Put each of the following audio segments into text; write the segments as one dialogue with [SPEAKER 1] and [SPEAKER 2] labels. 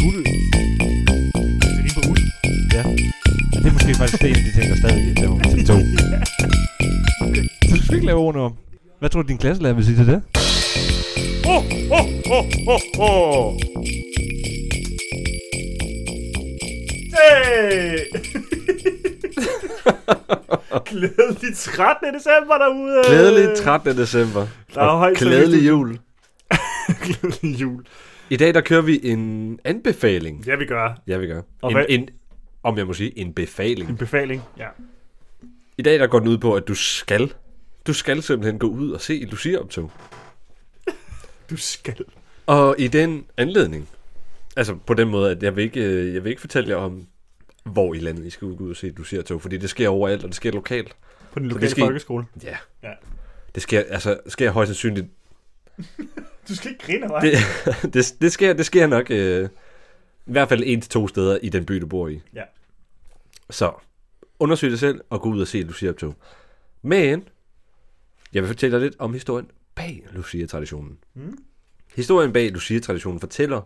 [SPEAKER 1] guld.
[SPEAKER 2] Det er lige på uld.
[SPEAKER 1] Og det er måske faktisk det, en af de ting, der stadig er på til to. Så du skal ikke lave ordene om. Hvad tror du, din klasselærer vil sige til det?
[SPEAKER 2] Hey! Glædelig 13. december derude!
[SPEAKER 3] Glædelig 13. december.
[SPEAKER 2] Der er højt til
[SPEAKER 3] Glædelig
[SPEAKER 2] jul.
[SPEAKER 3] jul.
[SPEAKER 2] Glædelig jul.
[SPEAKER 3] I dag, der kører vi en anbefaling.
[SPEAKER 2] Ja, vi gør.
[SPEAKER 3] Ja, vi gør.
[SPEAKER 2] Og
[SPEAKER 3] En,
[SPEAKER 2] hvad-
[SPEAKER 3] en, om jeg må sige, en befaling.
[SPEAKER 2] En befaling. Ja.
[SPEAKER 3] I dag, der går den ud på, at du skal. Du skal simpelthen gå ud og se et Lucia-optog.
[SPEAKER 2] Du skal.
[SPEAKER 3] Og i den anledning, altså på den måde, at jeg vil ikke, øh, jeg vil ikke fortælle jer om, hvor i landet I skal ud gå ud og se et Lucia-tog, fordi det sker overalt, og det sker lokalt.
[SPEAKER 2] På den lokale
[SPEAKER 3] skal I-
[SPEAKER 2] folkeskole.
[SPEAKER 3] Ja.
[SPEAKER 2] Ja.
[SPEAKER 3] Det sker, altså, sker højst sandsynligt
[SPEAKER 2] Du skal ikke grine af mig.
[SPEAKER 3] Det, det, det, sker, det sker nok øh, i hvert fald en til to steder i den by, du bor i.
[SPEAKER 2] Ja.
[SPEAKER 3] Så undersøg dig selv og gå ud og se Lucia-optog. Men jeg vil fortælle dig lidt om historien bag Lucia-traditionen.
[SPEAKER 2] Mm.
[SPEAKER 3] Historien bag Lucia-traditionen fortæller,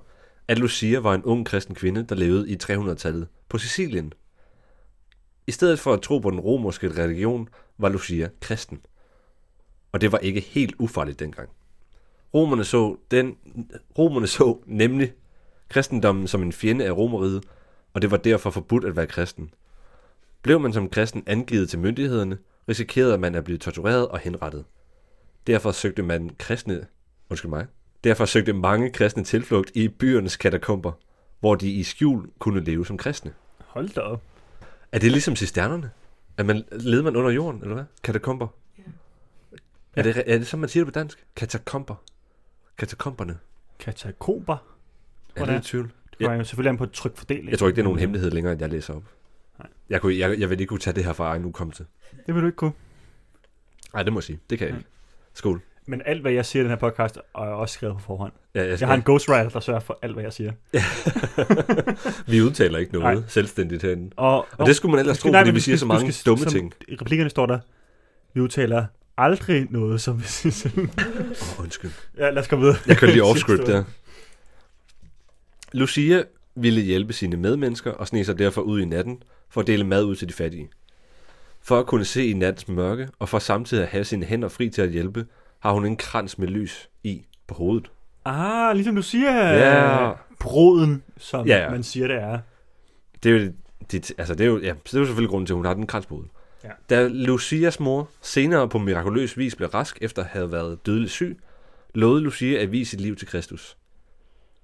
[SPEAKER 3] at Lucia var en ung kristen kvinde, der levede i 300-tallet på Sicilien. I stedet for at tro på den romerske religion, var Lucia kristen. Og det var ikke helt ufarligt dengang. Romerne så, den, romerne så nemlig kristendommen som en fjende af romeriet, og det var derfor forbudt at være kristen. Blev man som kristen angivet til myndighederne, risikerede man at blive tortureret og henrettet. Derfor søgte man kristne, undskyld mig, derfor søgte mange kristne tilflugt i byernes katakomber, hvor de i skjul kunne leve som kristne.
[SPEAKER 2] Hold da op.
[SPEAKER 3] Er det ligesom cisternerne? At man, leder man under jorden, eller hvad? Katakomber? Ja. Er, det, er det sådan, man siger det på dansk? Katakomber? Katakomberne?
[SPEAKER 2] Katakomber.
[SPEAKER 3] Er
[SPEAKER 2] Hvordan?
[SPEAKER 3] det i tvivl?
[SPEAKER 2] Det var jo selvfølgelig an på et trykfordeling.
[SPEAKER 3] Jeg tror ikke, det er nogen hemmelighed længere, end jeg læser op.
[SPEAKER 2] Nej.
[SPEAKER 3] Jeg, kunne, jeg, jeg vil ikke kunne tage det her fra egen ukommelse.
[SPEAKER 2] Det vil du ikke kunne.
[SPEAKER 3] Nej, det må jeg sige. Det kan jeg
[SPEAKER 2] Nej.
[SPEAKER 3] ikke. Skål.
[SPEAKER 2] Men alt, hvad jeg siger i den her podcast, er også skrevet på forhånd.
[SPEAKER 3] Altså, Ja, jeg,
[SPEAKER 2] Jeg har en ghostwriter, der sørger for alt, hvad jeg siger.
[SPEAKER 3] Vi udtaler ikke noget selvstændigt herinde.
[SPEAKER 2] Og,
[SPEAKER 3] Og det skulle man ellers
[SPEAKER 2] Nå,
[SPEAKER 3] tro,
[SPEAKER 2] nej,
[SPEAKER 3] fordi
[SPEAKER 2] men
[SPEAKER 3] vi
[SPEAKER 2] du
[SPEAKER 3] siger
[SPEAKER 2] skal-
[SPEAKER 3] så
[SPEAKER 2] du
[SPEAKER 3] mange
[SPEAKER 2] skal-
[SPEAKER 3] dumme
[SPEAKER 2] som-
[SPEAKER 3] ting.
[SPEAKER 2] I replikkerne står der, vi udtaler aldrig noget, som vi synes.
[SPEAKER 3] Åh, undskyld.
[SPEAKER 2] ja, lad os komme videre.
[SPEAKER 3] Jeg kørte lige off-script der. Lucia ville hjælpe sine medmennesker og sne sig derfor ud i natten for at dele mad ud til de fattige. For at kunne se i nattens mørke og for samtidig at have sine hænder fri til at hjælpe, har hun en krans med lys i på hovedet.
[SPEAKER 2] Ah, ligesom du siger,
[SPEAKER 3] Ja.
[SPEAKER 2] broden, som
[SPEAKER 3] Ja, ja.
[SPEAKER 2] man siger, det er.
[SPEAKER 3] Det er jo, det, altså det er jo, ja, så det er jo selvfølgelig grunden til, at hun har den krans på hovedet.
[SPEAKER 2] Ja.
[SPEAKER 3] Da Lucias mor senere på mirakuløs vis blev rask efter at have været dødeligt syg, lovede Lucia at vie sit liv til Kristus.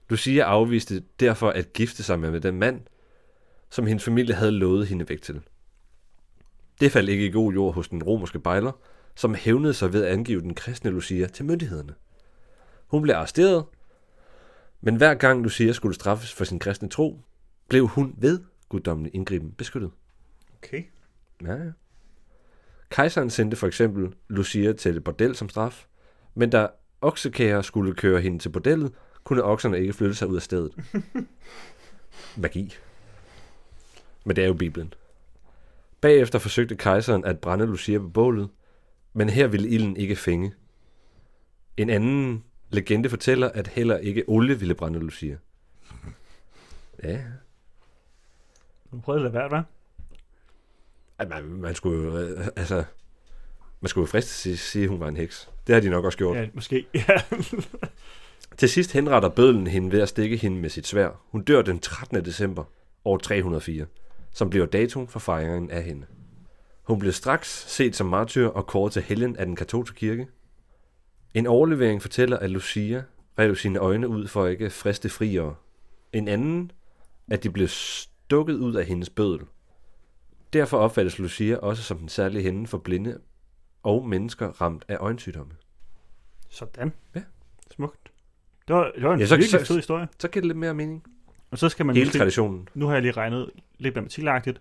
[SPEAKER 3] Lucia afviste derfor at gifte sig med den mand, som hendes familie havde lovet hende væk til. Det faldt ikke i god jord hos den romerske bejler, som hævnede sig ved at angive den kristne Lucia til myndighederne. Hun blev arresteret, men hver gang Lucia skulle straffes for sin kristne tro, blev hun ved guddommelig indgriben beskyttet.
[SPEAKER 2] Okay.
[SPEAKER 3] Ja, ja. Kejseren sendte for eksempel Lucia til et bordel som straf, men da oksekager skulle køre hende til bordellet, kunne okserne ikke flytte sig ud af stedet. Magi. Men det er jo Bibelen. Bagefter forsøgte kejseren at brænde Lucia på bålet, men her ville ilden ikke fænge. En anden legende fortæller, at heller ikke olie ville brænde Lucia. Ja,
[SPEAKER 2] Nu prøvede det at lade være, hva'?
[SPEAKER 3] At man, man skulle jo, øh, altså, man skulle jo fristes til at sige, at hun var en heks. Det har de nok også gjort. Ja.
[SPEAKER 2] Ja, måske. Ja.
[SPEAKER 3] Til sidst henretter bødlen hende ved at stikke hende med sit svær. Hun dør den 13. december år 304, som bliver datoen for fejringen af hende. Hun blev straks set som martyr og kåret til helgen af den katolske kirke. En overlevering fortæller, at Lucia rev sine øjne ud for at ikke friste friere. En anden, at de blev stukket ud af hendes bødel. Derfor opfattes Lucia også som den særlige hende for blinde og mennesker ramt af øjensygdomme.
[SPEAKER 2] Sådan.
[SPEAKER 3] Ja.
[SPEAKER 2] Smukt. Det var, det var en
[SPEAKER 3] Ja,
[SPEAKER 2] ja,
[SPEAKER 3] så-
[SPEAKER 2] så, virkelig
[SPEAKER 3] så-
[SPEAKER 2] fed historie.
[SPEAKER 3] Så giver det lidt mere mening.
[SPEAKER 2] Og så skal man
[SPEAKER 3] Hele
[SPEAKER 2] måske-
[SPEAKER 3] traditionen.
[SPEAKER 2] nu har jeg lige regnet lidt matematikagtigt,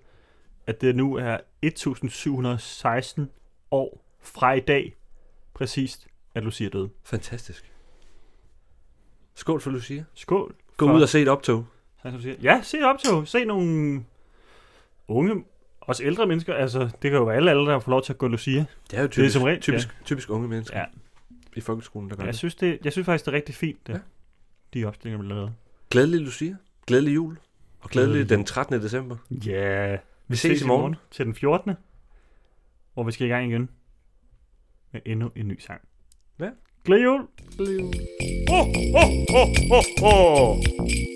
[SPEAKER 2] at det nu er 1716 år fra i dag, præcist, at Lucia døde.
[SPEAKER 3] Fantastisk. Skål for Lucia.
[SPEAKER 2] Skål.
[SPEAKER 3] Gå
[SPEAKER 2] For-
[SPEAKER 3] ud og se et optog.
[SPEAKER 2] Tak skal du sige. Ja, se op til. Se nogle unge, også ældre mennesker. Altså, det kan jo være alle aldre, der får lov til at gå Lucia.
[SPEAKER 3] Det er jo typisk,
[SPEAKER 2] som regel,
[SPEAKER 3] typisk, ja. typisk unge mennesker ja.
[SPEAKER 2] Ja.
[SPEAKER 3] i folkeskolen, der gør
[SPEAKER 2] Jeg
[SPEAKER 3] det.
[SPEAKER 2] synes, det, jeg synes faktisk, det er rigtig fint, det,
[SPEAKER 3] Ja.
[SPEAKER 2] ja. de opstillinger, vi lavede.
[SPEAKER 3] Glædelig Lucia. Glædelig jul. Og glædelig den 13. december.
[SPEAKER 2] Ja. Yeah.
[SPEAKER 3] Vi ses i morgen.
[SPEAKER 2] til den 14. Hvor vi skal i gang igen med endnu en ny sang.
[SPEAKER 3] Ja.
[SPEAKER 2] Glædelig jul!
[SPEAKER 3] Glædelig jul.
[SPEAKER 2] Ho, ho, ho, ho, ho.